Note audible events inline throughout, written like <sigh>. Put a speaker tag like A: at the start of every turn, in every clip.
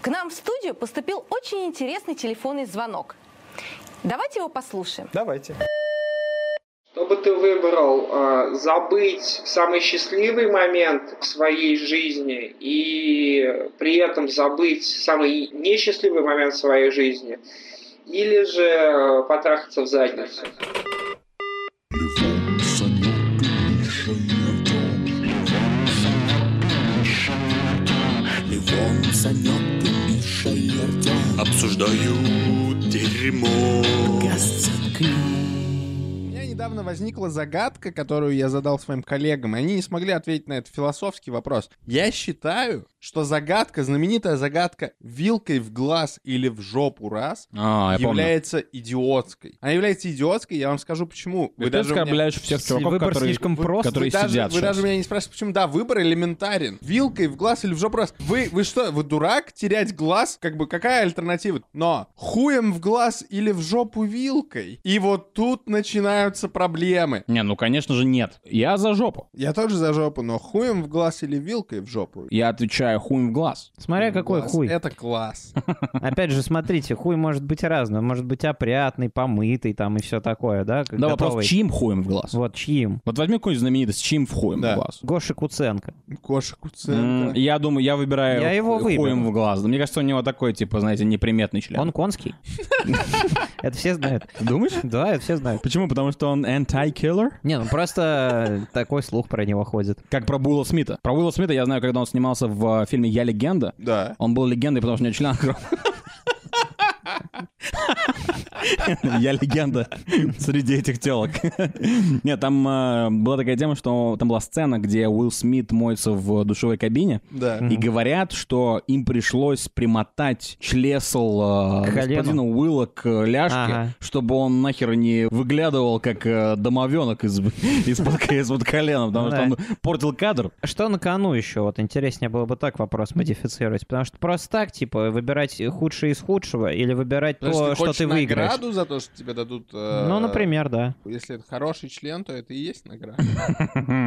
A: К нам в студию поступил очень интересный телефонный звонок. Давайте его послушаем.
B: Давайте.
C: Что Ну, бы ты выбрал? э, Забыть самый счастливый момент в своей жизни и при этом забыть самый несчастливый момент в своей жизни? Или же э, потрахаться в задницу?
D: Львом, Санек и Миша и Артем. Левон, Санек и Миша и Артем.
E: обсуждают дерьмо.
D: Подкаст
B: У меня недавно возникла загадка, которую я задал своим коллегам, и они не смогли ответить на этот философский вопрос. Я считаю, что загадка, знаменитая загадка вилкой в глаз или в жопу раз,
F: А, я помню.
B: является идиотской. Она является идиотской, я вам скажу почему.
F: Ты даже
B: у меня-
F: оскорбляешь всех чуваков,
G: Выбор
F: которые,
G: слишком прост.
F: которые
B: вы даже,
F: сидят
B: вы
F: сейчас.
B: даже меня не спрашиваете, почему. Да, выбор элементарен. Вилкой в глаз или в жопу раз. Вы, вы что, вы дурак? Терять глаз? Как бы какая альтернатива? Но хуем в глаз или в жопу вилкой? И вот тут начинаются проблемы.
F: Не, ну, конечно же, нет. Я за жопу.
B: Я тоже за жопу, но хуем в глаз или вилкой в жопу?
F: Я отвечаю хуй в глаз.
G: Смотря какой
B: Класс.
G: хуй.
B: Это
F: <laughs>
B: класс.
G: Опять же, смотрите, хуй может быть разным. Может быть опрятный, помытый там и все такое, да? как
F: Да,
G: готовый.
F: вопрос, чьим хуем в глаз?
G: Вот чьим?
F: Вот возьми какую-нибудь знаменитость, чьим в хуем
B: Да.
F: в глаз.
G: Гоша Куценко.
B: Коша
F: М,
B: Куценко.
F: Я думаю, я выбираю
G: Я его
F: ху-
G: выберу.
F: хуем в глаз. Мне кажется, у него такой, типа, знаете, неприметный член.
G: Он конский. Это все знают.
F: Ты думаешь?
G: Да, это все знают.
F: Почему? Потому что он anti-killer?
G: Не, ну просто такой слух про него ходит.
F: Как про Уилла Смита. Про Уилла Смита я знаю, когда он снимался в э, фильме «Я легенда».
B: Да.
F: Он был легендой, потому что у него член огромный. Я легенда среди этих телок. Нет, там э, была такая тема, что там была сцена, где Уилл Смит моется в душевой кабине.
B: Да.
F: И говорят, что им пришлось примотать члесл э,
G: К колену.
F: господина Уилла к э, ляжке,
G: Ага.
F: чтобы он нахер не выглядывал, как э, домовенок из- из-под из-под колена, потому что
G: Ну Да.
F: он портил кадр.
G: Что на кону еще? Вот интереснее было бы так вопрос модифицировать. Потому что просто так, типа, выбирать худшее из худшего или выбирать
B: Потому
G: то, что
B: хочешь
G: ты выиграешь.
B: награду за то, что тебе дадут... э,
G: Ну, например, да.
B: Если это хороший член, то это и есть награда.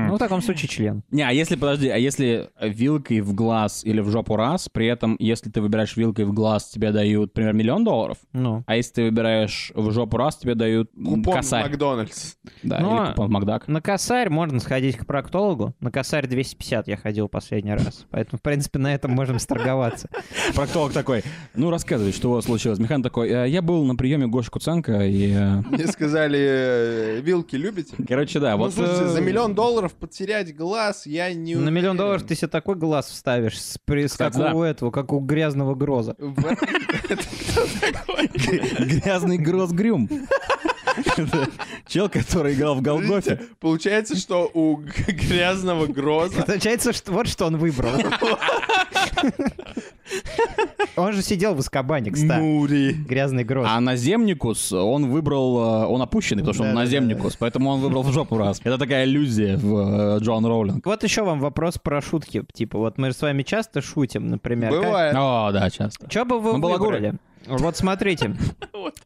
G: Ну, в таком случае член.
F: Не, а если, подожди, а если вилкой в глаз или в жопу раз, при этом, если ты выбираешь вилкой в глаз, тебе дают, например, миллион долларов,
G: Ну.
F: а если ты выбираешь в жопу раз, тебе дают м,
B: Купон в
F: косарь.
B: Макдональдс.
F: Да,
G: Ну,
F: или
G: а-
F: купон в Макдак.
G: На косарь можно сходить к проктологу. На косарь 250 я ходил последний раз. Поэтому, в принципе, на этом можем сторговаться.
F: Проктолог такой, ну, рассказывай, что у вас случилось. Механ такой, «Э, я был на приеме Гоши Куценко, и... э,
B: Мне сказали, э, вилки любите?
F: <laughs> Короче,
G: А
F: да,
B: Ну,
F: вот...
B: слушайте,
F: э,
B: за миллион долларов потерять глаз я <laughs> не
G: На миллион
B: уверен.
G: долларов ты себе такой глаз вставишь, с, при- с
F: Кстати,
G: как у этого, как у
B: <laughs>
G: грязного гроза.
B: В этом-
F: <laughs> Грязный гроз <laughs> грюм. Это Чел, который играл в Голгофе.
B: Получается, что у г- грязного гроза...
G: Получается, что, вот что
B: <laughs>
G: он выбрал. Он же сидел в Искобане, кстати.
B: Мури.
G: Грязный гроз.
F: Ну. А наземникус, он выбрал, э, он опущенный, потому что он
G: Да-да-да.
F: наземникус, поэтому он выбрал в жопу раз. <laughs> Это такая иллюзия в э, Джон Роулинг.
G: Вот еще вам вопрос про шутки. Типа, вот мы же с вами часто шутим, например.
B: Бывает.
F: О, да, часто.
G: Что бы вы
F: Ну, балагуры.
G: выбрали? Вот
B: <laughs>
G: смотрите,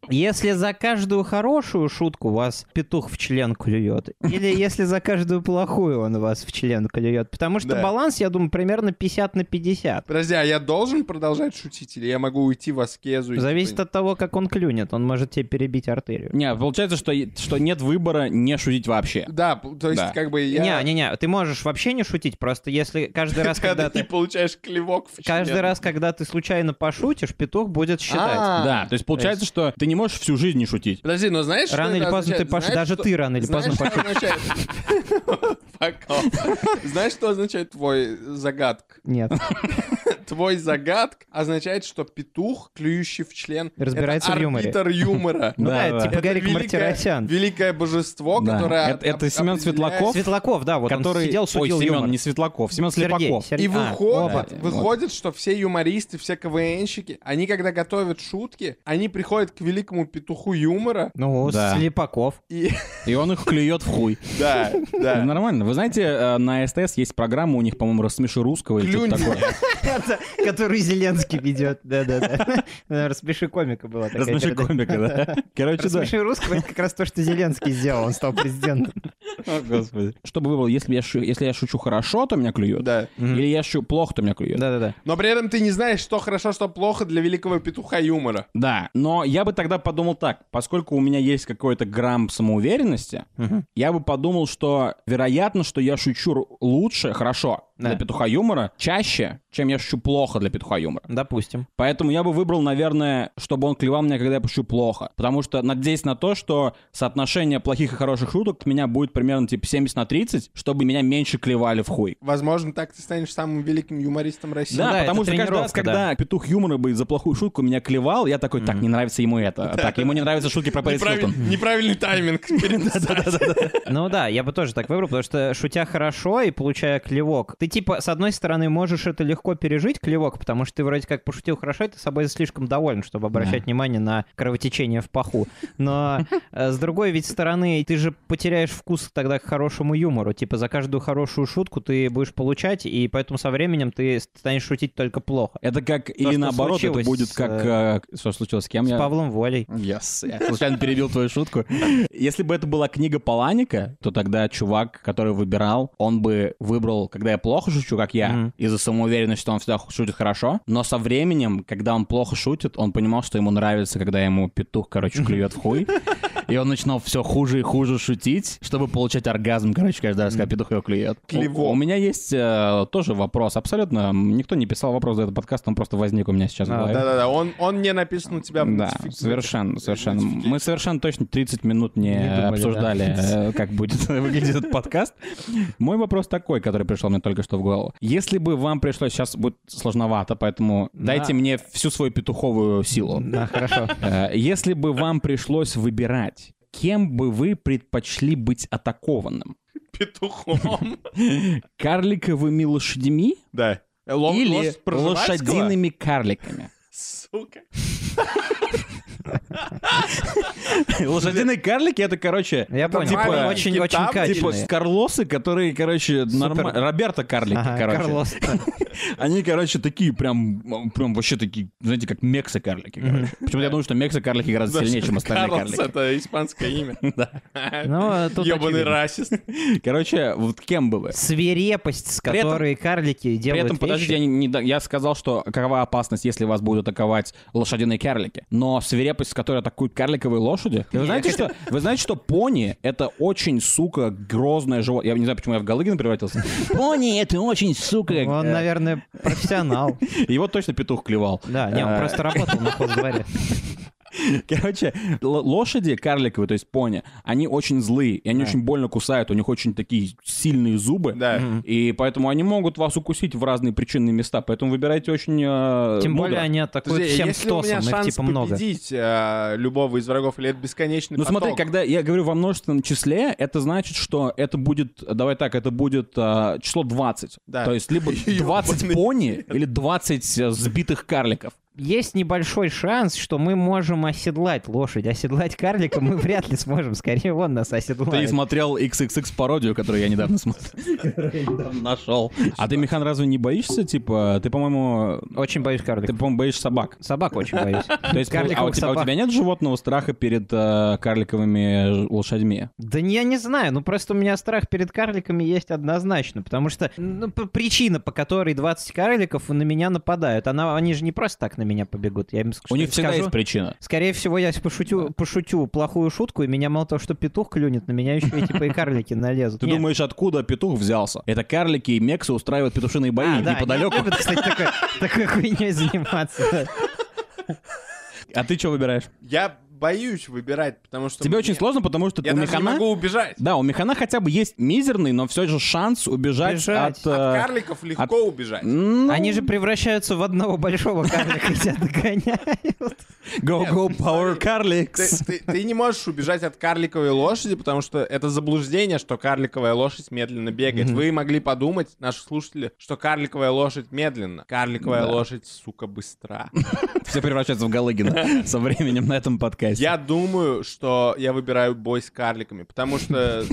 G: если за каждую хорошую шутку вас петух в член клюет,
B: <laughs>
G: или если за каждую плохую он вас в член клюет, потому что
B: Да.
G: баланс, я думаю, примерно 50 на 50.
B: Подожди, а я должен продолжать шутить или я могу уйти в аскезу? и
G: Зависит
B: типа-
G: от того, как он клюнет, он может тебе перебить артерию.
F: Не, получается, что, е- что нет выбора не шутить вообще.
B: Да, п- то
F: Да.
B: есть как бы я...
G: Не-не-не, ты можешь вообще не шутить, просто если каждый
B: <laughs>
G: раз,
B: Когда
G: когда
B: ты
G: ты...
B: получаешь клевок в член.
G: Каждый раз, когда ты случайно пошутишь, петух будет считать.
B: А,
F: Да, то есть получается, что ты не можешь всю жизнь не шутить.
B: Подожди, но знаешь,
G: Рано или поздно ты пош...
B: пошел,
G: Даже ты рано или
B: Знаешь,
G: поздно
B: что
G: пошутишь.
B: означает? <laughs> Fuck off. Знаешь, что означает твой загадка? <laughs>
G: Нет.
B: Твой загадка означает, что петух, клюющий в член,
G: Разбирается
B: это
G: в юморе.
B: арбитр юмора.
G: Ну
F: Да,
G: да,
F: да.
G: это <laughs> типа
B: Это
G: Гарик
B: великое-
G: Мартиросян.
B: Великое божество,
F: Да.
B: которое...
F: Это- это
B: об-
F: Семен
B: определяет-
F: Светлаков?
G: Светлаков, да, вот
F: который...
G: он сидел, судил
F: Ой, Семен,
G: юмор.
F: не Светлаков, Семен
G: Сергей,
F: Слепаков.
G: Сергей.
B: И
G: А,
B: выходит,
G: оба.
B: выходит, что все юмористы, все КВНщики, они когда готовят шутки, они приходят к великому петуху
G: <laughs>
B: юмора.
G: Ну,
F: Да.
G: Слепаков. <laughs>
B: И
F: И он их клюет в <laughs> хуй. Ну,
B: да,
F: Это
B: да.
F: Нормально. Вы знаете, э, на СТС есть программа, у них, по-моему, «Рассмеши русского» или что-то
B: Клюнь
F: такое.
G: Да, который Зеленский ведет. <laughs> Да-да-да. Распиши Ну, комика была
F: <laughs>
G: такая.
F: Рассмеши
G: передача.
F: комика, да? <laughs> Короче, да.
G: Рассмеши русского, это как раз то, что Зеленский сделал, он стал президентом.
F: О, господи. Чтобы выбрал, если я, шу- если я шучу хорошо, то меня клюет.
B: Да.
F: Или я шучу плохо, то меня клюет.
G: Да-да-да.
B: Но при этом ты не знаешь, что хорошо, что плохо для великого петуха юмора.
F: Да, но я бы тогда подумал так, поскольку у меня есть какой-то грамм самоуверенности,
G: Мгм.
F: я бы подумал, что вероятно, что я шучу р- лучше, хорошо,
G: Да.
F: для петуха юмора, чаще, чем я шучу плохо для петуха юмора.
G: Допустим.
F: Поэтому я бы выбрал, наверное, чтобы он клевал меня, когда я пущу плохо. Потому что надеюсь на то, что соотношение плохих и хороших шуток у меня будет примерно типа 70 на 30, чтобы меня меньше клевали в хуй.
B: Возможно, так ты станешь самым великим юмористом России.
F: Да,
G: Ну, да,
F: потому
G: это
F: что каждый раз,
G: тренировка,
F: когда петух юмора бы за плохую шутку меня клевал, я такой, так, не нравится ему
G: <laughs>
F: это. Так, ему не нравятся шутки про Пэрис
B: Неправиль-
F: Хилтон.
B: Неправильный тайминг.
F: <laughs> Да-да-да.
G: Ну да, я бы тоже так выбрал, потому что шутя хорошо и получая клевок, ты типа с одной стороны можешь это легко пережить, клевок, потому что ты вроде как пошутил хорошо, и ты собой слишком доволен, чтобы обращать внимание на кровотечение в паху. Но э, с другой ведь стороны, ты же потеряешь вкус тогда к хорошему юмору. Типа за каждую хорошую шутку ты будешь получать, и поэтому со временем ты станешь шутить только плохо.
F: Это как, или
G: <laughs> что
F: наоборот, это
G: случилось
F: будет
G: с,
F: как... э, Что случилось с кем?
G: С
F: я-
G: Павлом Волей.
F: Yes,
G: <laughs>
F: я случайно перебил твою шутку. Если бы это была книга Паланика, то тогда чувак, который выбирал, он бы выбрал, когда я плохо шучу, как я,
G: Мгм.
F: из-за самоуверенности, что он всегда ху- шутит хорошо, но со временем, когда он плохо шутит, он понимал, что ему нравится, когда ему петух, короче, клюет в хуй, и он начинал все хуже и хуже шутить, чтобы получать оргазм, короче, каждый раз, когда петух его клюет. У-
B: Клевок.
F: У меня есть э, тоже вопрос, абсолютно, м, никто не писал вопрос за этот подкаст, он просто возник у меня сейчас в
G: А,
F: голове.
B: Да-да-да, он, он не написан у тебя. в
F: Э? Да,
B: нотификации. <laughs>
F: совершенно, совершенно. Мы совершенно точно 30 минут не,
G: Не думали,
F: обсуждали,
G: да.
F: э, как будет <laughs> выглядеть этот подкаст. Мой вопрос такой, который пришел мне только что в голову. Если бы вам пришлось, сейчас будет сложновато, поэтому
G: Да.
F: дайте мне всю свою петуховую силу.
G: Да, хорошо.
F: Э, Если бы вам пришлось выбирать, кем бы вы предпочли быть атакованным?
B: Петухом.
F: Карликовыми лошадьми
B: Да. Ло-
F: или
B: лос- проживальского?
F: лошадиными карликами?
B: Сука.
F: <laughs> Лошадиные карлики — это, короче,
G: Я
B: Там
G: понял.
B: типа
G: Они очень,
B: кита,
G: очень
B: типа,
F: Типа
G: качественные.
F: Карлосы, которые, короче, норма... Роберто Карлики,
G: Ага,
F: короче.
G: Карлос.
F: Они, короче, такие прям, м, прям вообще такие, знаете, как мексы Карлики, короче. Почему-то я думаю, что мексы Карлики гораздо сильнее, чем остальные
B: Карлос
F: карлики.
B: это испанское
F: <laughs>
B: имя.
F: Да.
G: Ну, э, тут
B: Ёбаный
G: очевидно.
B: расист.
F: Короче, вот кем бы вы?
G: свирепость, с
F: При этом-
G: которой карлики
F: При
G: делают
F: этом, подожди, я,
G: вещи.
F: не- не до- я сказал, что какова опасность, если вас будут атаковать лошадиные карлики. Но свирепость, с которой атакуют карликовые лошади... Вы знаете, что, вы знаете, что пони — это очень, сука, грозное животное. Я не знаю, почему я в Галыгина превратился. Пони — это очень, сука...
G: Он,
F: э,
G: наверное,
F: <laughs>
G: профессионал.
F: Его точно петух клевал.
G: Да, не, он
F: Э,
G: просто работал на хоздворе.
F: <laughs> Короче, л- лошади карликовые, то есть пони, они очень злые, и они очень больно кусают, у них очень такие сильные зубы.
B: Да.
F: И поэтому они могут вас укусить в разные причинные места, поэтому выбирайте очень э,
G: Тем
F: мудро.
G: более они атакуют
B: Подожди,
G: всем
B: если у меня
G: стосом, их
B: шанс
G: типа много.
B: победить э, любого из врагов или это бесконечный
F: Ну смотри,
B: поток?
F: когда я говорю во множественном числе, это значит, что это будет, давай так, это будет э, число 20.
B: Да.
F: То есть либо 20 пони или 20 э, сбитых карликов.
G: Есть небольшой шанс, что мы можем оседлать лошадь. Оседлать карлика мы вряд ли сможем. Скорее, он нас
F: Ты
G: оседлает.
F: смотрел XXX пародию, которую я недавно смотрел. Нашел. А ты, Михан, разве не боишься? Типа, ты, по-моему,
G: Очень боюсь
F: ты,
G: карликов.
F: по-моему, боишься собак.
G: Собак очень
F: <laughs>
G: боюсь.
F: То есть, а у
G: Карликовых
F: тебя, а у
G: собак.
F: тебя нет животного страха перед э, карликовыми ж- лошадьми?
G: Да не- я не знаю, ну просто у меня страх перед карликами есть однозначно, потому что ну, п- причина, по которой 20 карликов на меня нападают, она, они же не просто так на меня побегут. Я им ск-
F: У них всегда
G: скажу-
F: есть причина.
G: Скорее всего, я пошутю, пошутю плохую шутку, и меня мало того, что петух клюнет, на меня еще и типа и карлики налезут.
F: Ты
G: Нет.
F: думаешь, откуда петух взялся? Это карлики и мексы устраивают петушиные
G: А,
F: бои
G: да,
F: неподалеку.
G: они любят, кстати, такой- такой хуйней заниматься.
F: А ты что выбираешь?
B: Я боюсь выбирать, потому что...
F: Тебе
B: мне-
F: очень сложно, потому что
B: Я
F: у
B: даже не
F: механа...
B: могу убежать.
F: Да, у механа хотя бы есть мизерный, но все же шанс убежать,
G: Убежать.
F: от... э, ну,
B: От карликов легко убежать.
F: м,
G: Они же превращаются в одного большого карлика и тебя догоняют.
F: Go, go, power
B: Ты,
F: карликс.
B: ты- ты не можешь убежать от карликовой лошади, потому что это заблуждение, что карликовая лошадь медленно бегает. Вы могли подумать, наши слушатели, что карликовая лошадь медленно. Карликовая лошадь, сука, быстра.
F: Все превращаются в <laughs> Галыгина со временем на этом подкасте.
B: Я думаю, что я выбираю бой с карликами, потому что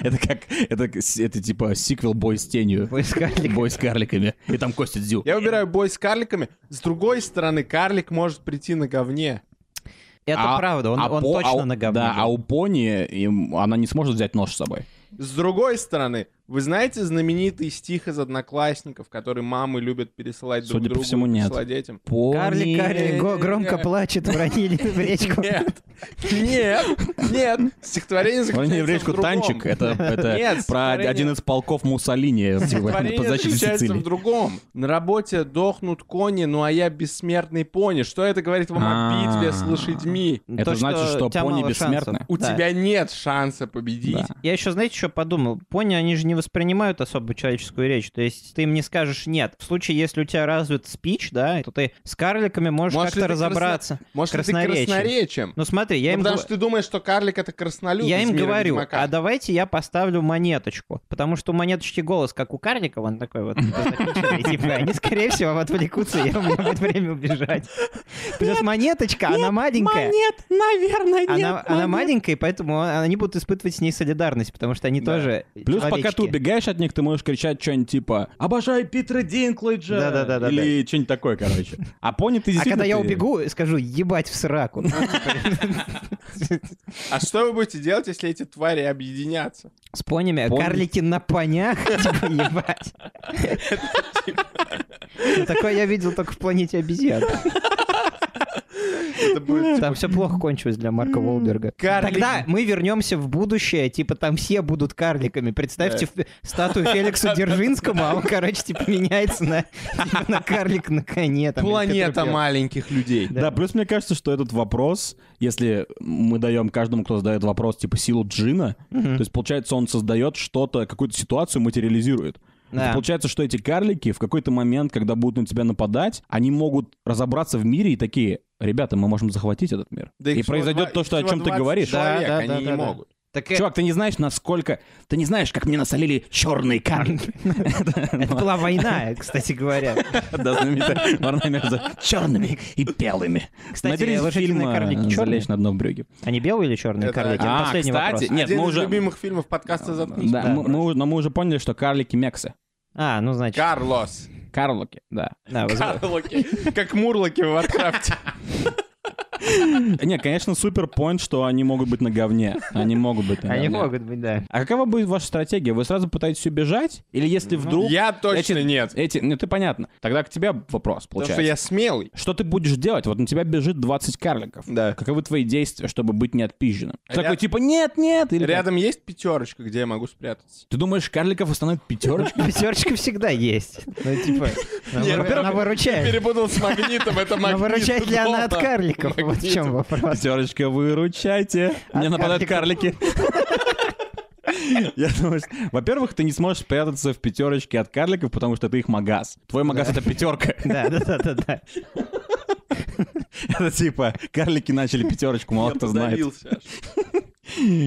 F: Это как, это, к- с- это типа сиквел «Бой с тенью».
G: Бой с карликами.
F: Бой с карликами. И там Костя Дзю.
B: Я выбираю бой с карликами. С другой стороны, карлик может прийти на говне.
G: Это
F: А-
G: правда, он,
F: а
G: он
F: по- а
G: точно
F: у-
G: на говне.
F: Да,
G: был.
F: а у пони им- она не сможет взять нож с собой.
B: С другой стороны, вы знаете знаменитый стих из «Одноклассников», который мамы любят пересылать друг
F: Судя по
B: другу,
F: всему, нет.
B: пересылать детям?
F: Пони... <laughs>
G: Карлик, карлик, го- громко плачет, уронили в речку.
B: <laughs> Нет, нет, нет. Стихотворение
F: Уронили
B: заключается
F: в речку
B: в другом.
F: танчик. Это,
G: <laughs>
F: это
B: Нет,
F: про
B: стихотворение-
F: один из полков Муссолини
B: Творение
F: под защитой
B: заключается в
F: Сицилии.
B: другом. На работе дохнут кони, ну а я бессмертный пони. Что это говорит вам о
F: А.
B: битве с лошадьми?
F: Это
G: То,
F: значит, что
G: у тебя
F: пони
G: мало шансов.
F: бессмертны?
B: У
G: Да.
B: тебя нет шанса победить.
F: Да.
G: Я еще, знаете, что подумал? Пони, они же не воспринимают особо человеческую речь. То есть ты им не скажешь «нет». В случае, если у тебя развит спич, да, то ты с карликами можешь
B: Может ли
G: как-то
B: ты красно-
G: разобраться.
B: Может, ли ты
G: Красноречие.
B: красноречием?
G: Ну смотри, я
B: Ну,
G: им,
B: потому
G: гов-
B: что ты думаешь, что карлик это краснолюд.
G: я
B: из
G: им
B: «Мира
G: говорю,
B: Ведьмака».
G: а давайте я поставлю монеточку. Потому что у монеточки голос, как у Карликова, он
B: <laughs>
G: такой вот запиченный, типа, они, скорее всего, отвлекутся, и у меня будет время убежать. Плюс монеточка, она маленькая.
A: Нет, наверное,
G: Она, она маленькая, и поэтому они будут испытывать с ней солидарность, потому что они
B: Да.
G: тоже
F: Плюс, пока ты
G: человечки.
F: убегаешь от них, ты можешь кричать что-нибудь типа «Обожаю Питера Динклэджа!»
G: Да-да-да-да-да.
F: Или что-нибудь такое, короче. А пони ты
G: А
F: действительно...
G: когда я
F: ты-
G: убегу, скажу, ебать в
F: <laughs>
G: сраку.
B: А что вы будете делать, если эти твари объединятся?
G: С понями, а
F: Пони.
G: карлики
F: <laughs>
G: на понях, типа, ебать. Ну, Такое я видел только в планете обезьян.
B: Это будет
G: Там все плохо кончилось для Марка Волберга.
B: Карлик.
G: Тогда мы вернемся в будущее, типа там все будут карликами. Представьте ф- статую Феликсу Дзержинскому, а он, короче, типа меняется на, типа, на карлик на коне. там, или
B: планета
G: Петр Первый.
B: маленьких людей.
F: Да. плюс мне кажется, что этот вопрос, если мы даем каждому, кто задает вопрос, типа силу джина, то есть получается, он создает что-то, какую-то ситуацию материализирует. Это
G: Да.
F: получается, что эти карлики в какой-то момент, когда будут на тебя нападать, они могут разобраться в мире и такие, ребята, мы можем захватить этот мир.
B: Да их
F: и
B: всего
F: произойдет
B: два-
F: то, что о
B: всего
F: чем ты
B: 20
F: говоришь.
B: Человек,
G: Да, да,
B: они
G: да,
B: не
G: да, да.
B: могут.
G: Так, э,
F: Чувак, ты не знаешь, насколько... Ты не знаешь, как мне насолили черные <laughs> карлики.
G: это была война, кстати говоря.
F: <laughs> Да, знаменитая война между черными и белыми.
G: Кстати,
F: Наберись
G: лошадиные
F: фильма,
G: карлики
F: э,
G: черные?
F: «Залечь на дно в брюге».
G: Они белые или черные
B: Это-
G: карлики?
F: а,
G: Последний
F: кстати,
G: вопрос.
F: Нет,
B: Один
F: мы
B: из
F: уже-
B: любимых фильмов подкаста «Заткнись».
F: Да, мы- мы, но мы уже поняли, что карлики мексы.
G: А, ну значит,
B: Карлос.
F: Карлоки, да.
G: да, воз-
B: Карлоки. Как мурлоки в Варкрафте.
F: Не, конечно, супер point, что они могут быть на говне. Они могут быть на
G: они
F: говне.
G: могут быть, да.
F: А какова будет ваша стратегия? Вы сразу пытаетесь убежать? Или если вдруг...
B: Ну, Я точно
F: эти-
B: нет.
F: Эти, ну ты понятно. Тогда к тебе вопрос,
B: Потому что
F: получается.
B: я смелый.
F: Что ты будешь делать? Вот на тебя бежит 20 карликов.
B: Да.
F: Каковы твои действия, чтобы быть не отпизженным? Ты
B: Ряд-
F: Такой типа нет, нет. Или как?
B: Рядом есть пятерочка, где я могу спрятаться?
F: Ты думаешь, карликов остановит пятерочка?
G: Пятерочка всегда есть. Ну, типа, она
B: Не,
G: выр-
B: во-первых,
G: она выручает.
B: Перепутал с магнитом, это
G: Но
B: магнит.
G: выручает ли она от
B: дома.
G: карликов? Вот в чем вопрос.
F: <laughs> Пятерочка, выручайте. Мне нападают карлики. Я думаю, что- во-первых, ты не сможешь спрятаться в пятерочке от карликов, потому что ты их магаз. Твой магаз это <laughs> пятерка.
G: Да, да, да, да, да.
F: Это типа карлики начали пятерочку, мало кто знает.
B: Подавился аж.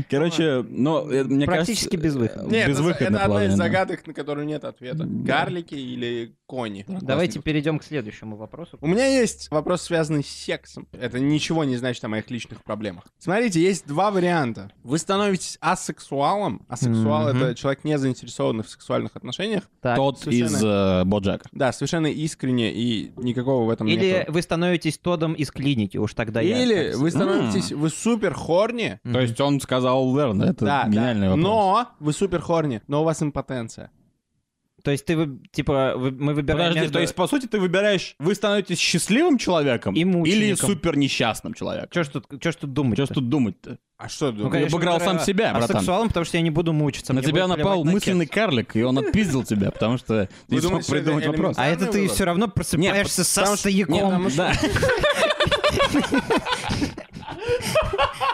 F: <laughs> Короче, ну, э, мне
G: Практически
F: кажется, э,
G: безвыходно.
B: Нет, это-
F: безвыходно
B: это одна из
F: положение.
B: загадок, на которую нет ответа. Карлики или кони?
G: Давайте перейдем к следующему вопросу.
B: У меня есть вопрос, связанный с сексом. Это ничего не значит о моих личных проблемах. Смотрите, есть два варианта. Вы становитесь асексуалом. Асексуал
G: Мгм.
B: это человек, не заинтересованный в сексуальных отношениях.
G: Так.
F: Тот из э, Боджака.
B: Да, совершенно искренне и никакого в этом
G: Или
B: нету.
G: вы становитесь Тодом из клиники, уж тогда я.
B: Или
G: так
B: вы становитесь, вы супер хорни.
G: Мгм.
F: То есть он сказал верно, это
B: Да,
F: гениальный
B: да.
F: вопрос.
B: Но вы супер хорни, но у вас импотенция.
G: То есть ты, вы- типа, вы- мы выбираем
F: Подожди,
G: между-
F: то есть, по сути, ты выбираешь, вы становитесь счастливым человеком
G: И мучеником.
F: или супер несчастным человеком.
G: Чё ж тут, чё ж тут думать?
F: Что ж тут думать-то?
B: А что
G: Ну,
B: думаешь?
G: конечно,
F: обыграл
G: выбираю
F: сам себя, братан.
G: асексуалом, потому что я не буду мучиться.
F: на
G: мне
F: тебя
G: будет
F: напал
G: плевать на
F: мысленный
G: текст.
F: карлик, и он отпиздил тебя, потому что ты не смог
B: думаете, это
F: придумать вопрос.
G: А это
B: Странный
G: ты
B: выбор.
G: все равно просыпаешься со
F: потому что- Нет,
G: стояком,
F: потому что-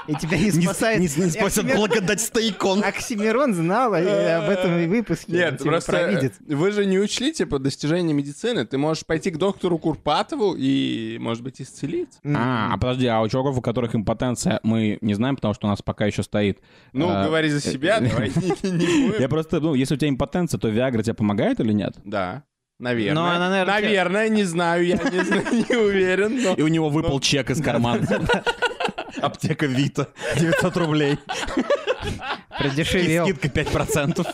G: и тебя не
F: Не-
G: спасает.
F: не- не спасет
G: Оксимирон-
F: благодать стояком.
G: <laughs> А, Оксимирон знал э, об этом и выпуске. он
B: Нет,
G: тебя
B: просто
G: провидит.
B: э, вы же не учли, типа, достижения медицины. Ты можешь пойти к доктору Курпатову и, может быть, исцелиться.
F: А, а подожди, а у чуваков, у которых импотенция, мы не знаем, потому что у нас пока еще стоит.
B: Ну,
F: А,
B: говори за себя, <laughs> давай не- не будем.
F: Я просто, ну, если у тебя импотенция, то Виагра тебе помогает или нет?
B: Да, наверное.
G: Но она, наверное,
B: Наверное, не знаю, я не зна- <laughs> не уверен.
G: Ну,
B: но-
F: И у него выпал чек из кармана. Аптека Вита. 900 рублей. И
G: продешевел.
F: скидка 5%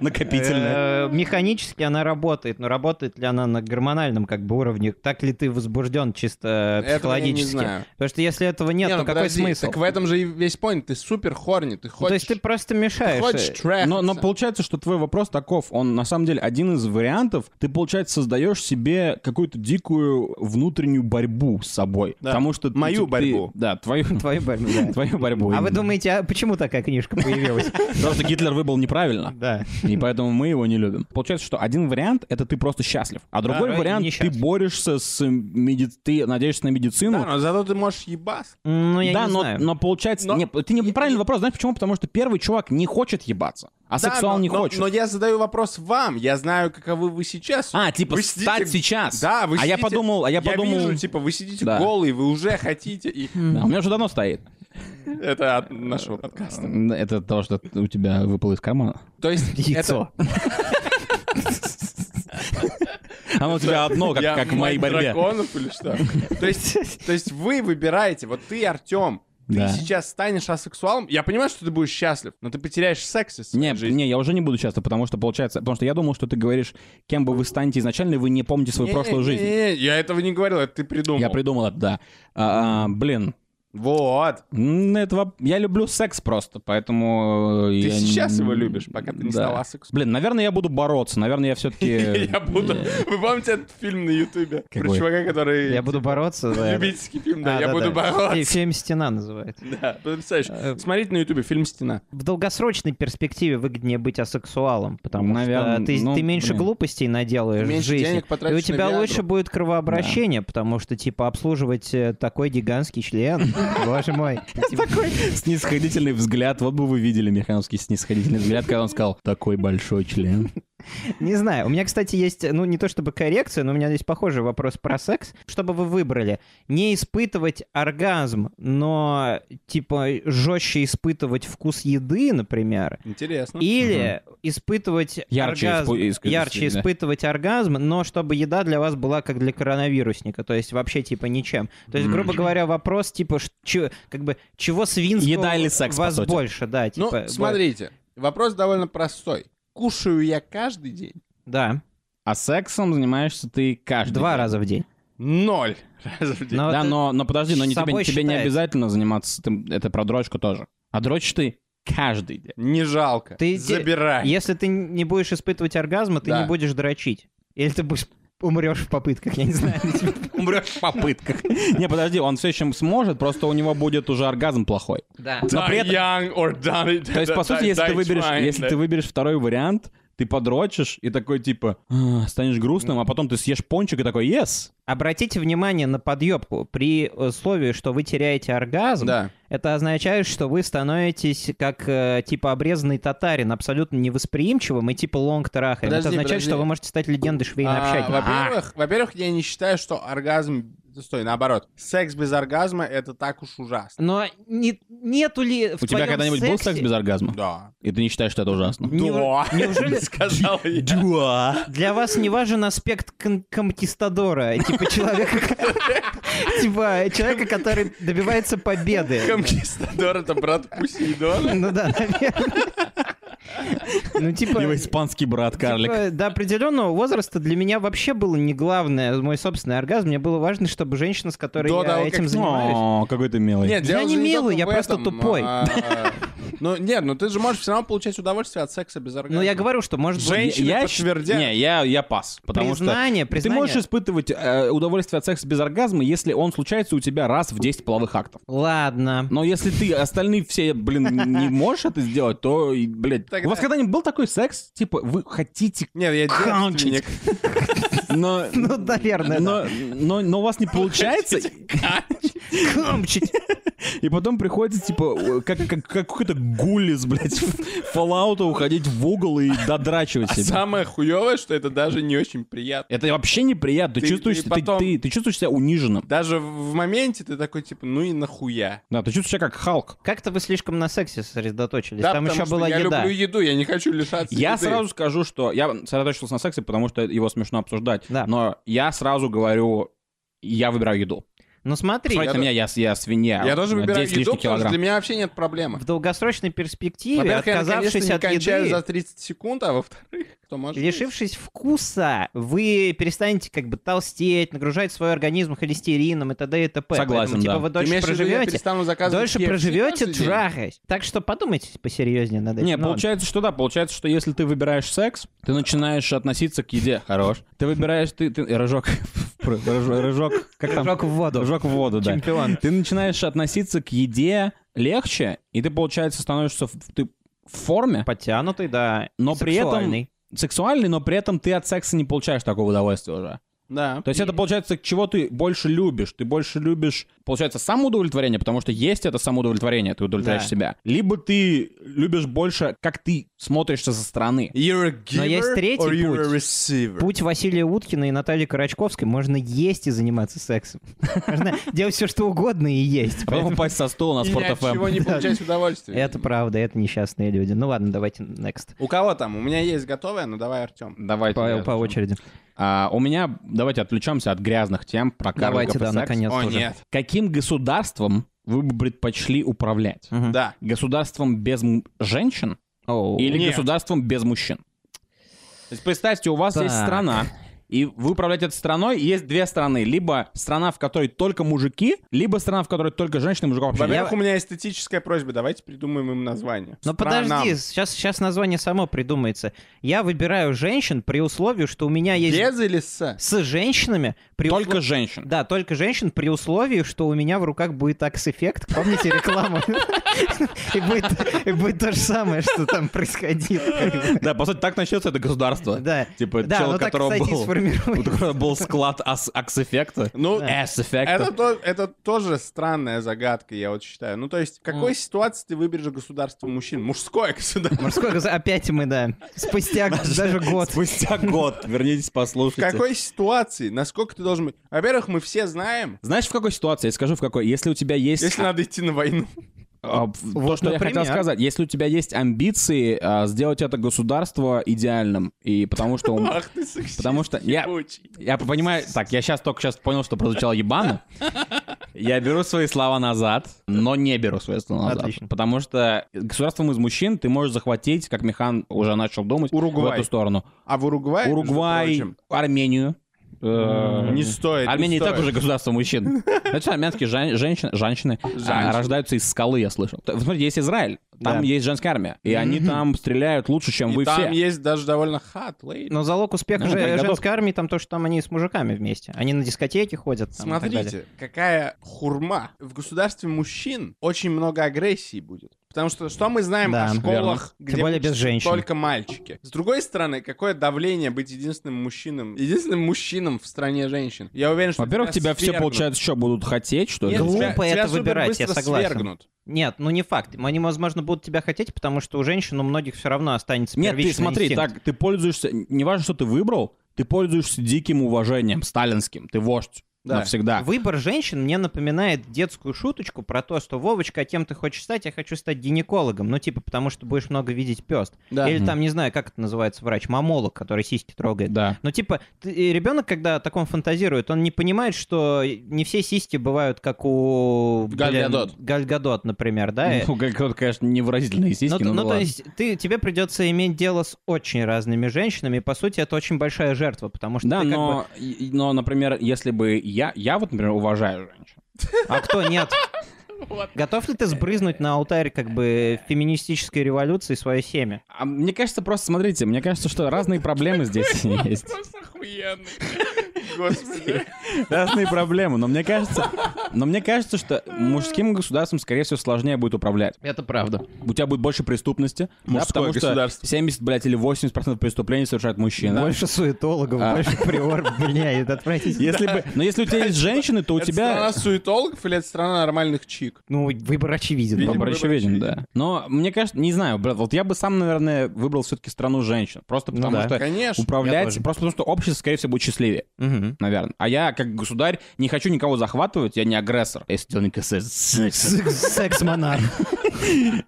F: накопительная.
G: Э, Механически она работает, но работает ли она на гормональном как бы уровне? Так ли ты возбужден чисто э,
B: Этого я не
G: психологически?
B: знаю.
G: Потому что если этого нет,
B: Не,
G: то
B: ну
G: какой
B: подожди,
G: смысл?
B: Так в этом же и весь поинт. Ты супер хорни, ты
G: Ну,
B: хочешь...
G: То есть ты просто
B: ты
G: мешаешь.
B: хочешь
G: э,
B: трахаться.
F: Но, но получается, что твой вопрос таков. Он на самом деле один из вариантов. Ты, получается, создаешь себе какую-то дикую внутреннюю борьбу с собой.
B: Да.
F: Потому что ты-
B: Мою
F: ты-
B: борьбу.
F: да, твою,
G: Твою борьбу,
B: <laughs>
G: да.
F: твою борьбу.
G: А
F: именно.
G: вы думаете, а почему такая книжка появилась?
F: Потому что Гитлер выбрал неправильно.
G: Да.
F: И поэтому мы его не любим. Получается, что один вариант — это ты просто счастлив. А другой
G: да,
F: вариант — ты
G: несчастлив.
F: борешься с... меди- Ты надеешься на медицину.
B: Да, но зато ты можешь ебас.
G: Ну, я
F: да,
G: не
F: но,
G: знаю.
F: но получается...
B: Но-
F: Не, ты неправильный вопрос. Знаешь почему? Потому что первый чувак не хочет ебаться, а сексуал не хочет.
B: Но, я задаю вопрос вам. Я знаю, каковы вы сейчас.
F: А, типа,
B: Вы сидите-
F: стать сейчас.
B: Да, вы
F: А я
B: сидите-
F: подумал, а я подумал...
B: вижу, типа, вы сидите
F: Да.
B: голые, вы уже хотите. И...
F: Да, у меня уже давно стоит.
B: Это от нашего подкаста.
F: Это то, что у тебя выпало из кармана.
B: То есть
G: Яйцо.
F: Оно у тебя одно, как,
B: Я
F: как в моей
B: мать
F: борьбе.
B: драконов или что?
F: <laughs>
B: То есть, то есть вы выбираете, вот ты, Артем, ты
F: Да.
B: сейчас станешь асексуалом. Я понимаю, что ты будешь счастлив, но ты потеряешь секс из своей
F: Не,
B: жизни.
F: не, я уже не буду часто, потому что получается, потому что я думал, что ты говоришь, кем бы вы станете изначально, и вы не помните свою
B: Не,
F: прошлую
B: не,
F: жизнь.
B: не, не, я этого не говорил, это ты придумал.
F: Я придумал это, да. А, а, блин,
B: Вот.
F: м, это воп- я люблю секс просто, поэтому... э,
B: Ты
F: я не-
B: сейчас его любишь, пока ты не
F: Да.
B: стал асексуалом.
F: Блин, наверное, я буду бороться, наверное, <laughs> я э, все-таки...
B: <laughs> Я буду... Вы помните этот фильм на Ютубе? Про
F: Какой?
B: чувака, который...
G: Я буду
B: <laughs>
G: бороться за это.
B: Любительский фильм,
G: А,
B: да, я
G: да,
B: буду
G: да. Фи-
B: бороться.
G: Фильм «Стена» называет.
B: Да,
G: Э,
B: представляешь, смотрите на Ютубе фильм «Стена».
G: В долгосрочной перспективе выгоднее быть асексуалом, потому
F: Наверное,
G: что ты,
F: ну,
G: ты меньше
F: блин.
G: глупостей наделаешь
B: Меньше
G: в жизни,
B: денег
G: и
B: потратишь
G: у
B: на
G: тебя
B: Виагру.
G: лучше будет кровообращение, потому что, типа, обслуживать э, такой гигантский
F: <laughs>
G: член, Типа, боже <laughs> мой.
F: Такой снисходительный взгляд. Вот бы вы видели механовский снисходительный взгляд, когда он сказал «такой большой член».
G: Не знаю, у меня, кстати, есть, ну, не то чтобы коррекция, но у меня здесь похожий вопрос про секс. Что бы вы выбрали? Не испытывать оргазм, но, типа, жестче испытывать вкус еды, например,
B: Интересно.
G: Или испытывать
F: Ярче
G: оргазм,
F: испу- иск-
G: ярче
F: да.
G: испытывать оргазм, но чтобы еда для вас была как для коронавирусника, то есть вообще типа ничем. То есть, грубо говоря, вопрос типа ш- чё- как бы чего свинского
F: Еда или секс, по
G: вас
F: сути?
G: больше, да,
B: Ну,
G: типа. бо-
B: смотрите, вопрос довольно простой. Кушаю я каждый день?
G: Да,
F: А сексом занимаешься ты каждый
G: два
F: день.
G: раза
B: <laughs>
G: в день.
B: Ноль раз в день.
G: Но
F: да,
G: это-
F: но, но подожди, но не
G: с собой
F: тебе, тебе не
G: считается.
F: обязательно заниматься, ты- это про дрочку тоже. А дрочишь ты каждый день.
B: Не жалко.
G: Ты-
B: Забирай.
G: Если ты не будешь испытывать оргазма, ты
B: Да.
G: не будешь дрочить. Или ты будешь умрешь в попытках, я
F: <laughs>
G: не знаю.
F: Умрешь
B: <laughs>
F: в попытках. <laughs> Не, подожди, он все еще сможет, просто у него будет уже оргазм плохой. <laughs>
G: Да.
F: Но при
B: Die
F: этом-
B: young or done it.
F: То есть, по
B: Die-
F: сути, если
B: die
F: ты выберешь,
B: trying, <laughs>
F: если
B: да.
F: ты выберешь второй вариант, ты подрочишь и такой типа «А, станешь грустным, а потом ты съешь пончик и такой yes.
G: Обратите внимание на подъебку. При условии, что вы теряете оргазм,
B: Да.
G: Это означает, что вы становитесь как э, типа обрезанный татарин, абсолютно невосприимчивым и типа лонг трахаем. Это
B: Подожди,
G: означает,
B: подожди.
G: что вы можете стать легендой швейной
B: А,
G: общаги.
B: во-первых, во-первых, я не считаю, что оргазм... Стой, наоборот. Секс без оргазма — это так уж ужасно.
G: Но не- нету ли в
F: У тебя
G: твоем
F: когда-нибудь был секс без оргазма?
B: Да.
F: И ты не считаешь, что это
B: <laughs>
F: ужасно?
G: Нев-
B: Да.
G: Неужели
B: <laughs> Сказал я.
G: для вас не важен аспект кон- конкистадора, типа человека, <laughs> типа человека, который добивается победы?
B: Конкистадор — это брат Пусейдона.
G: Ну да, наверное. Ну типа.
F: Его испанский брат карлик.
G: Типа, до определенного возраста для меня вообще было не главное мой собственный оргазм. Мне было важно, чтобы женщина, с которой
B: До
G: я
B: того, как
G: этим
B: ты-
G: занимаюсь.
F: О, какой ты милый.
B: Нет, дело
G: Я
B: же
G: не
B: только
G: милый, я
B: в
G: просто
B: этом,
G: тупой.
B: а, Ну, нет, ну ты же можешь все равно получать удовольствие от секса
F: Ну,
B: без оргазма.
G: Но Ну, я говорю, что может быть.
B: Жень- женщины
F: я,
B: подтвердят.
F: Не, я, я пас. Потому
G: Признание,
F: что
G: признание.
F: Ты можешь испытывать э, удовольствие от секса без оргазма, если он случается у тебя раз в 10 половых актов.
G: Ладно.
B: Ну,
F: Но если ты остальные все, блин,
G: <laughs>
F: не можешь это сделать, то, и, блядь...
B: Тогда-
F: У вас когда-нибудь был такой секс, типа, вы хотите...
B: Нет, я
F: кончить,
B: девственник.
F: Но...
G: <laughs> Ну, наверное,
F: Но, но, но у вас не получается,
B: <laughs>
G: Камчить.
F: и потом приходится, типа, как, как, как какой-то гулис, блядь, <laughs> фоллаута уходить в угол и додрачивать
B: А
F: себя.
B: самое хуевое, что это даже не очень приятно.
F: Это вообще неприятно. Ты,
B: Ты-
F: чувствуешь,
B: и
F: ты,
B: потом-
F: ты- ты чувствуешь себя униженным.
B: Даже в моменте ты такой, типа, ну и нахуя?
F: Да, ты чувствуешь себя как Халк.
G: Как-то вы слишком на сексе сосредоточились. Там
B: потому
G: еще
B: что
G: была
B: я
G: еда.
B: люблю еду, я не хочу лишаться
F: Я
B: еды.
F: сразу скажу, что я сосредоточился на сексе, потому что его смешно обсуждать.
G: Да.
F: Но я сразу говорю, я выбираю еду.
G: Но Ну, смотри,
F: Смотрите
B: я
F: на меня, я, с- я свинья.
B: Я тоже
F: На
B: выбираю
F: 10
B: еду,
F: лишних
B: потому что
F: килограмм.
B: для меня вообще нет проблемы.
G: в долгосрочной перспективе,
B: Во-первых, я
G: отказавшись
B: наконец-то не
G: от
B: кончаю
G: еды,
B: за 30 секунд, а во-вторых, кто может...
G: лишившись вкуса, вы перестанете как бы толстеть, нагружать свой организм холестерином и т.д. и т.п.
F: Согласен,
G: Поэтому, типа,
F: да.
G: вы
B: Ты
G: дольше
B: имеешь в виду, я
G: проживете,
B: перестану заказывать
G: дольше
B: KFC
G: проживете
B: каждый день?
G: трахаясь. Так что подумайте посерьезнее над этим.
F: Не,
G: Ну,
F: получается, что да, получается, что если ты выбираешь секс, ты начинаешь относиться к еде. Хорош. Ты выбираешь, ты, ты <laughs> рожок, рожок, рожок, как там?
G: Прыжок в воду.
F: Рожок в воду, да.
G: Чемпион.
F: Ты начинаешь относиться к еде легче, и ты, получается, становишься в, ты в форме,
G: <laughs> Подтянутый, да.
F: Но при этом-
G: сексуальный.
F: сексуальный, но при этом ты от секса не получаешь такого удовольствия уже.
B: Да.
F: То есть это получается, чего ты больше любишь. Ты больше любишь, получается, самоудовлетворение, потому что есть это самоудовлетворение, ты удовлетворяешь
G: Да.
F: себя. Либо ты любишь больше, как ты смотришься со стороны.
B: You're a
G: Но есть
B: giver
G: третий
B: or you're a
G: путь.
B: receiver?
G: Путь Василия Уткина и Натальи Карачковской можно есть и заниматься сексом. <laughs> Можно делать все, что угодно и есть.
F: А потом упасть со стула
B: <laughs>
F: на
B: И ни от чего
G: <laughs>
F: спорт
B: не получать удовольствие.
G: Это правда, это несчастные люди. Ну ладно, давайте next.
B: У кого там? У меня есть готовое, но давай, Артем.
F: <laughs> Давайте.
G: По,
F: я-
G: по очереди.
F: А, у меня, давайте отвлечемся от грязных тем про
G: Давайте,
F: карликов и
G: да,
F: секс.
G: наконец
B: О,
G: тоже.
B: нет.
F: Каким государством вы бы предпочли управлять?
G: Мгм.
B: Да.
F: Государством без м- женщин
G: Оу.
F: или
B: Нет.
F: государством без мужчин? То есть представьте, у вас есть
G: Так.
F: страна, и вы управляете этой страной, и есть две страны. Либо страна, в которой только мужики, либо страна, в которой только женщины, мужиков вообще нет.
B: Во-первых, у меня эстетическая просьба. Давайте придумаем им название.
G: Но
B: Странам.
G: Ну, подожди, сейчас, сейчас название само придумается. Я выбираю женщин при условии, что у меня есть...
B: Без или с?
G: С женщинами при
F: Только
G: <laughs> услов-
F: женщин.
G: Да, только женщин при условии, что у меня в руках будет акс-эффект. Помните рекламу? И будет- И будет то же самое, что там происходило. как бы.
F: Да, по сути, так начнется это государство.
G: Да.
F: Типа,
G: Да,
F: чел, у
G: ну так,
F: которого
G: кстати, и
F: был- у
G: сформируется.
F: которого был склад ас- акс-эффекта.
B: Ну,
F: Эс-эффекта.
B: это, то- это тоже странная загадка, я вот считаю. Ну, то есть, в какой ситуации ты выберешь государство мужчин? Мужское <laughs> государство.
G: Морское газ- Опять мы, да. Спустя даже год.
F: Спустя год. Вернитесь,
B: В
F: послушайте.
B: какой ситуации? Насколько ты должен быть? Во-первых, мы все знаем,
F: Знаешь, в какой ситуации? Я скажу, в какой. Если у тебя есть...
B: если
F: а,
B: надо идти на войну.
F: а, в- то, что я хотел
G: например.
F: сказать. Если у тебя есть амбиции а, сделать это государство идеальным, и потому что... он-
B: <laughs> Ах ты сексист.
F: Потому что я,
B: ебучий.
F: я понимаю... Так, я сейчас только сейчас понял, что прозвучало ебано. Я беру свои слова назад, но не беру свои слова назад.
G: Отлично.
F: Потому что государством из мужчин ты можешь захватить, как Михан уже начал думать, в
B: Уругвай.
F: эту сторону.
B: А в Уругвай, между
F: Уругвай,
B: прочим, М-м.
F: Армению. э,
B: не стоит. не
F: Армения и так
B: стоит.
F: уже государство мужчин. Значит, армянские жен- женщины, женщины а,
B: Женщины.
F: рождаются из скалы, я слышал. Т- вот Смотрите, есть Израиль, там
G: Да.
F: есть женская армия, и они там стреляют лучше, чем
B: И
F: вы
B: там
F: все.
B: есть даже довольно хат, лейд.
G: Но залог успеха
F: Ну,
G: же-
F: приготовь.
G: женской армии там то, что там они с мужиками вместе. Они на дискотеке ходят. там и так далее.
B: Смотрите, какая хурма. В государстве мужчин очень много агрессии будет. Потому что что мы знаем
G: Да,
B: о школах,
G: верно. Тем
B: где
G: более без
B: учатся
G: женщин.
B: только мальчики. С другой стороны, какое давление быть единственным мужчином, единственным мужчином в стране женщин. Я уверен, что
F: Во-первых, тебя все,
B: свергнут.
F: получается, что будут хотеть, что ли?
B: Нет,
G: Глупо
B: тебя- тебя
G: это выбирать, я
B: супербыстро
G: согласен.
B: свергнут.
G: Нет, ну не факт. Они, возможно, будут тебя хотеть, потому что у женщин у многих все равно останется
F: Нет, ты
G: первичный
F: смотри,
G: инстинкт.
F: так, ты пользуешься, неважно, что ты выбрал, ты пользуешься диким уважением сталинским, ты вождь.
B: Да.
F: Навсегда.
G: Выбор женщин мне напоминает детскую шуточку про то, что Вовочка, а кем ты хочешь стать? Я хочу стать гинекологом. Ну, типа, потому что будешь много видеть пёст.
B: Да.
G: <laughs> Или там, не знаю, как это называется, врач, мамолог, который сиськи трогает.
F: Да.
G: Ну, типа, ребенок, когда о таком фантазирует, он не понимает, что не все сиськи бывают, как у...
B: Галь
G: блин,
B: Гадот.
G: Галь Гадот, например, да? э.
F: Ну, как- вот, конечно, невыразительные
G: Ну,
F: <laughs> сиськи,
G: т-
F: но
G: ну, то
F: ладно.
G: есть ты, тебе придется иметь дело с очень разными женщинами, и, по сути, это очень большая жертва, потому что
F: Да,
G: ты как
F: но, и- но, например, если бы я, я вот, например, уважаю женщин.
G: бы- А кто нет? Готов ли ты сбрызнуть на алтарь как бы феминистической революции свое семя?
F: А мне кажется, просто смотрите, мне кажется, что разные проблемы здесь есть.
B: Господи.
F: Разные проблемы, но мне кажется, но мне кажется, что мужским государством, скорее всего, сложнее будет управлять.
G: Это правда.
F: У тебя будет больше преступности, да,
B: Мужское
F: потому что
B: государство.
F: 70, блядь, или 80% преступлений совершают мужчины.
G: Больше суетологов,
F: А.
G: больше приор, бля, это отвратительно.
F: Если бы, но если у тебя есть женщины, то у
B: Это страна
F: тебя
B: суетологов или это страна нормальных чик?
G: Ну, выбор очевиден.
B: Видимо,
F: выбор
B: выбор
F: очевиден,
B: очевиден.
F: да. Но мне кажется, не знаю, брат, вот я бы сам, наверное, выбрал все-таки страну женщин, просто
G: Ну
F: потому
G: да.
F: что
B: Конечно.
G: Я
F: управлять,
G: тоже.
F: просто потому что общество, скорее всего, будет счастливее.
G: Мгм.
F: наверное. А я, как государь, не хочу никого захватывать, я не агрессор. Если дело не касается секса.
G: Секс- Секс-монарх.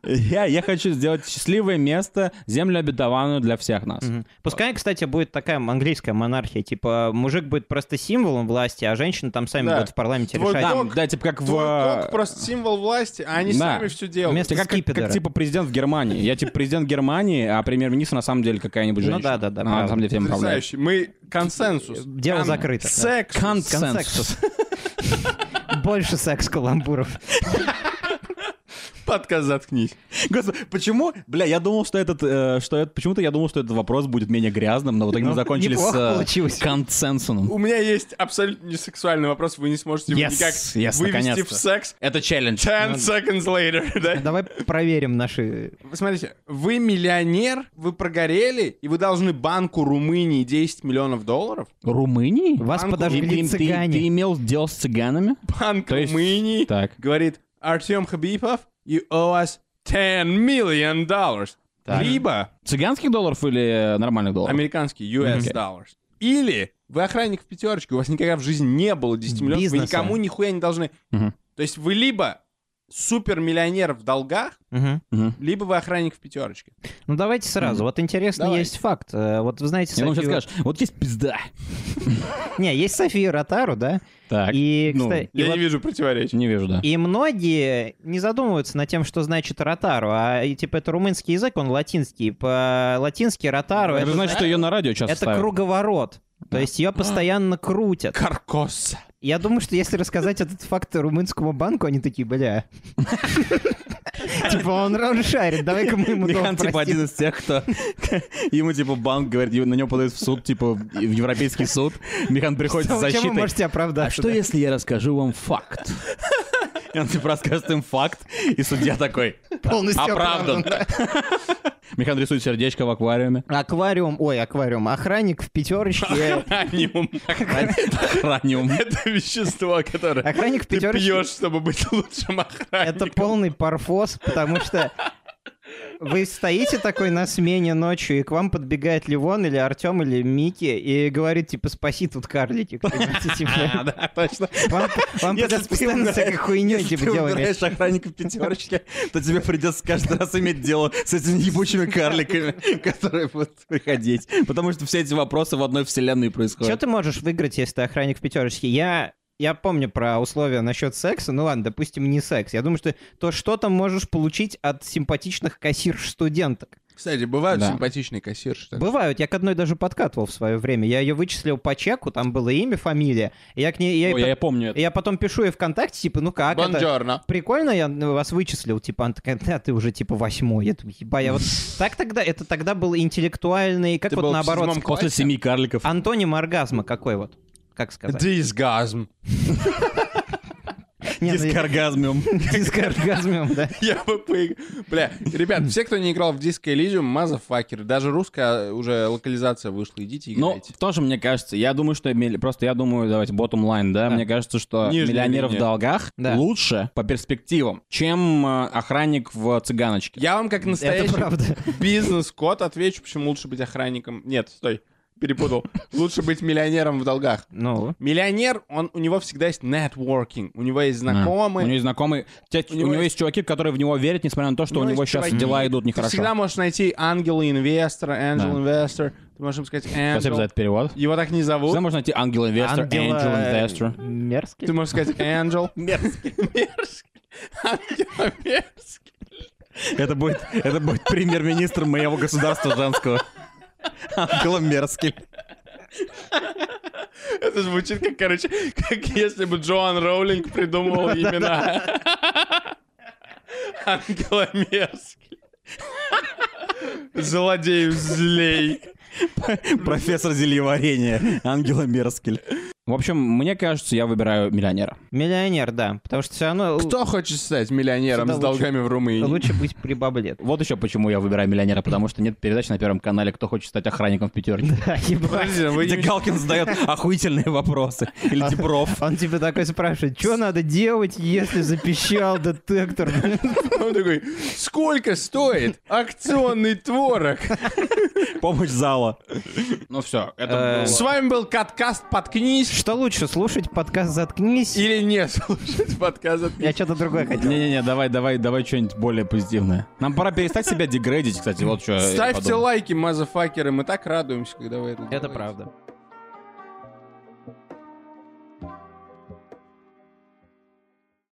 F: Я, я хочу сделать счастливое место, землю обетованную для всех нас.
G: Мгм. Пускай, кстати, будет такая английская монархия, типа мужик будет просто символом власти, а женщины там сами
B: Да.
G: будут в парламенте
B: Твой
G: решать.
B: дом,
F: Там, да, типа как в...
B: Твой
F: э,
B: кок просто символ власти, а они
F: Да.
B: сами все делают.
G: Вместо-
F: ты как, как,
G: скипидора.
F: как, типа президент в Германии. Я типа президент Германии, а премьер-министр на самом деле какая-нибудь
G: Ну
F: женщина.
G: да, да, да,
F: Она на
G: правда.
F: самом деле всем управляет.
B: Потрясающе. Мы консенсус.
G: Дело
B: Кон-
G: закрыто.
B: Секс. <laughs>
F: Консенсус.
G: Больше секс-каламбуров.
B: Подкаст заткнись.
F: Господи, почему? Бля, я думал, что этот, э, что это, почему-то я думал, что этот вопрос будет менее грязным, но в итоге мы
G: Ну,
F: закончили с
G: неплохо
F: э,
G: получилось.
F: консенсусом.
B: У меня есть абсолютно несексуальный вопрос, вы не сможете его
F: Yes,
B: никак
F: yes,
B: вывести в
F: наконец-то.
B: секс.
F: Это челлендж. Ну,
B: 10 seconds later, <laughs> да?
G: Давай проверим наши...
B: Вы Смотрите, вы миллионер, вы прогорели, и вы должны банку Румынии 10 миллионов долларов?
F: Румынии?
G: Вас
B: Анку-
F: Ты,
G: подожгли
F: ты- ты- ты
G: цыгане.
F: имел дело с цыганами?
B: Банк
F: То есть-
B: Румынии
F: Так.
B: говорит, Артем Хабипов, you owe us 10 million dollars.
F: Так.
B: Либо
F: Цыганских долларов или э, нормальных долларов?
B: американский US
F: Мгм.
B: dollars. Или вы охранник в пятерочке, у вас никогда в жизни не было 10 миллионов, вы
G: Бизнеса.
B: никому нихуя не должны.
F: Мгм.
B: То есть вы либо супермиллионер в долгах,
G: Мгм.
F: Мгм.
B: либо вы охранник в пятерочке.
G: Ну давайте сразу. Вот интересный
B: Давай.
G: есть факт. Э, Вот вы знаете...
F: Я думал, сейчас
G: Софию-
F: скажешь, вот есть пизда.
G: Не, есть София Ротару, да?
F: Так.
G: И,
F: ну,
G: кстати, и
B: Я
G: вот-
B: не вижу противоречия.
F: Не вижу, да.
G: И многие не задумываются над тем, что значит ротару, а и, типа это румынский язык, он латинский, по-латински ротару
F: Это
G: это,
F: значит, что ее на радио часто
G: это
F: ставят.
G: круговорот, то
F: Да.
G: есть ее постоянно крутят.
B: Каркос.
G: Я думаю, что если рассказать этот факт румынскому банку, они такие, бля. Типа он он шарит, давай-ка мы ему долг
F: Михан, типа,
G: простим».
F: один из тех, кто... <laughs> Ему, типа, банк говорит, на него подают в суд, типа, в Европейский суд. Михан приходит
G: Чем
F: с
G: вы
F: защитой.
G: можете
F: А
G: оправдаться?
F: что,
G: да?
F: если я расскажу вам факт? <laughs> И он, типа, расскажет им факт, и судья такой,
G: Полностью
F: оправдан.
G: оправдан,
F: <laughs> Михан рисует сердечко в аквариуме.
G: Аквариум, ой, аквариум, охранник
F: <laughs>
G: в пятерочке.
B: Аниум.
F: Храниум.
B: Это вещество, которое
F: А
G: Охранник в
B: ты
G: пятерочке.
B: пьешь, чтобы быть лучшим
G: Это
B: охранником.
G: полный парфос, потому что вы стоите такой на смене ночью, и к вам подбегает Ливон или Артем или Мики и говорит, типа, спаси тут
F: <laughs>
G: карлики. кто-нибудь, типа.
B: Да, точно.
G: Вам, вам
F: Если
G: придётся
F: ты
G: постоянно
F: убираешь-
G: всякой хуйней
F: Если
G: типа,
F: ты
G: делать.
F: убираешь охранника пятерочки, то тебе придется каждый раз иметь дело с этими ебучими карликами, <laughs> которые будут приходить. Потому что все эти вопросы в одной вселенной
G: Что
F: происходят.
G: ты можешь выиграть, если ты охранник в пятерочке? Я я помню про условия насчет секса, ну ладно, допустим, не секс. Я думаю, что то что-то можешь получить от симпатичных кассирш-студенток.
B: Кстати, бывают
F: Да.
B: симпатичные кассирши. так.
G: Бывают, я к одной даже подкатывал в свое время. Я ее вычислил по чеку, там было имя, фамилия. И я к ней. Я, ей
F: Ой,
G: по-
F: я помню это.
G: я потом пишу ей ВКонтакте, типа, ну как это?
B: Бонджорно.
G: Прикольно, я ну, вас вычислил, типа, она такая, да, ты уже, типа, восьмой, я думаю,
B: <laughs>
G: еба, я вот... Так тогда, это тогда был интеллектуальный, как
B: Ты был
G: вот
B: в
G: наоборот,
B: седьмом
F: После
B: классе?
F: семи карликов.
G: А, антоним оргазма какой вот, как сказать?
B: Дисгазм.
G: Не, ну, <laughs>
F: Дискоргазмиум.
G: Дискоргазмиум, да.
B: Я бы поиг- Бля, ребят, все, кто не играл в Disco Elysium, мазафакер. Даже русская уже локализация вышла. Идите
F: Ну,
B: играйте.
F: тоже мне кажется, я думаю, что милли- просто я думаю, давайте bottom line, да,
G: Да.
F: мне кажется, что
B: Нижняя
F: миллионер в
B: линия.
F: долгах
G: Да.
F: лучше по перспективам, чем э, охранник в цыганочке.
B: Я вам как
G: Это
B: настоящий
G: правда.
B: бизнес-код отвечу, почему лучше быть охранником. Нет, стой, перепутал. Лучше быть миллионером в долгах.
G: Ну,
B: Миллионер, он, у него всегда есть нетворкинг, у него есть
F: А. У него
B: знакомые.
F: есть знакомый. те-
B: У
F: У
B: него
F: него,
B: есть-
F: есть Ну, чуваки, которые в него верят, несмотря на то, что у него
B: есть
F: сейчас
B: чуваки.
F: дела идут
B: Ты
F: нехорошо.
B: всегда можешь найти ангела-инвестора, angel-инвестор. Ты можешь им сказать
F: Спасибо за
B: angel.
F: этот перевод.
B: Его так не зовут.
F: Всегда можно найти ангел инвестор,
G: ангела-
F: angel инвестор.
G: Мерзкий.
B: Ты можешь сказать angel. Мерзкий. Мерзкий. Ангела-мерзкий.
F: Это будет, это будет премьер-министр моего государства женского. Ангела Мерскель.
B: Это звучит как, короче, как если бы Джоан Роулинг придумывал имена. Ангела Мерзкий. Злодеев злей.
F: Профессор зельеварения. Ангела Мерскель. В общем, мне кажется, я выбираю миллионера.
G: Миллионер, да, потому что все равно л-
B: Кто хочет стать миллионером
G: Всегда
B: с долгами в Румынии?
G: лучше быть при бабле.
F: Вот еще почему я выбираю миллионера, потому что нет передач на Первом канале «Кто хочет стать охранником в пятерке».
G: Да, ебать.
B: Подожди, а вы
F: Где
B: не- А.
F: Галкин задает охуительные вопросы. Или Дебров.
G: Он типа такой спрашивает, что надо делать, если запищал детектор?
B: Он такой, сколько стоит акционный творог?
F: Помощь зала. Э, Ну все, это
G: Э,
F: было.
B: С вами был Каткаст «Подкнись».
G: Что лучше, слушать подкаст «Заткнись»?
B: Или не <laughs> слушать подкаст от
G: Я что-то другое хотел.
F: Не-не-не, давай, давай, давай что-нибудь более позитивное. Нам пора перестать себя дегрейдить, кстати, вот что.
B: Ставьте лайки, мазафакеры. Мы так радуемся, когда вы это
G: Это
B: делаете.
G: правда.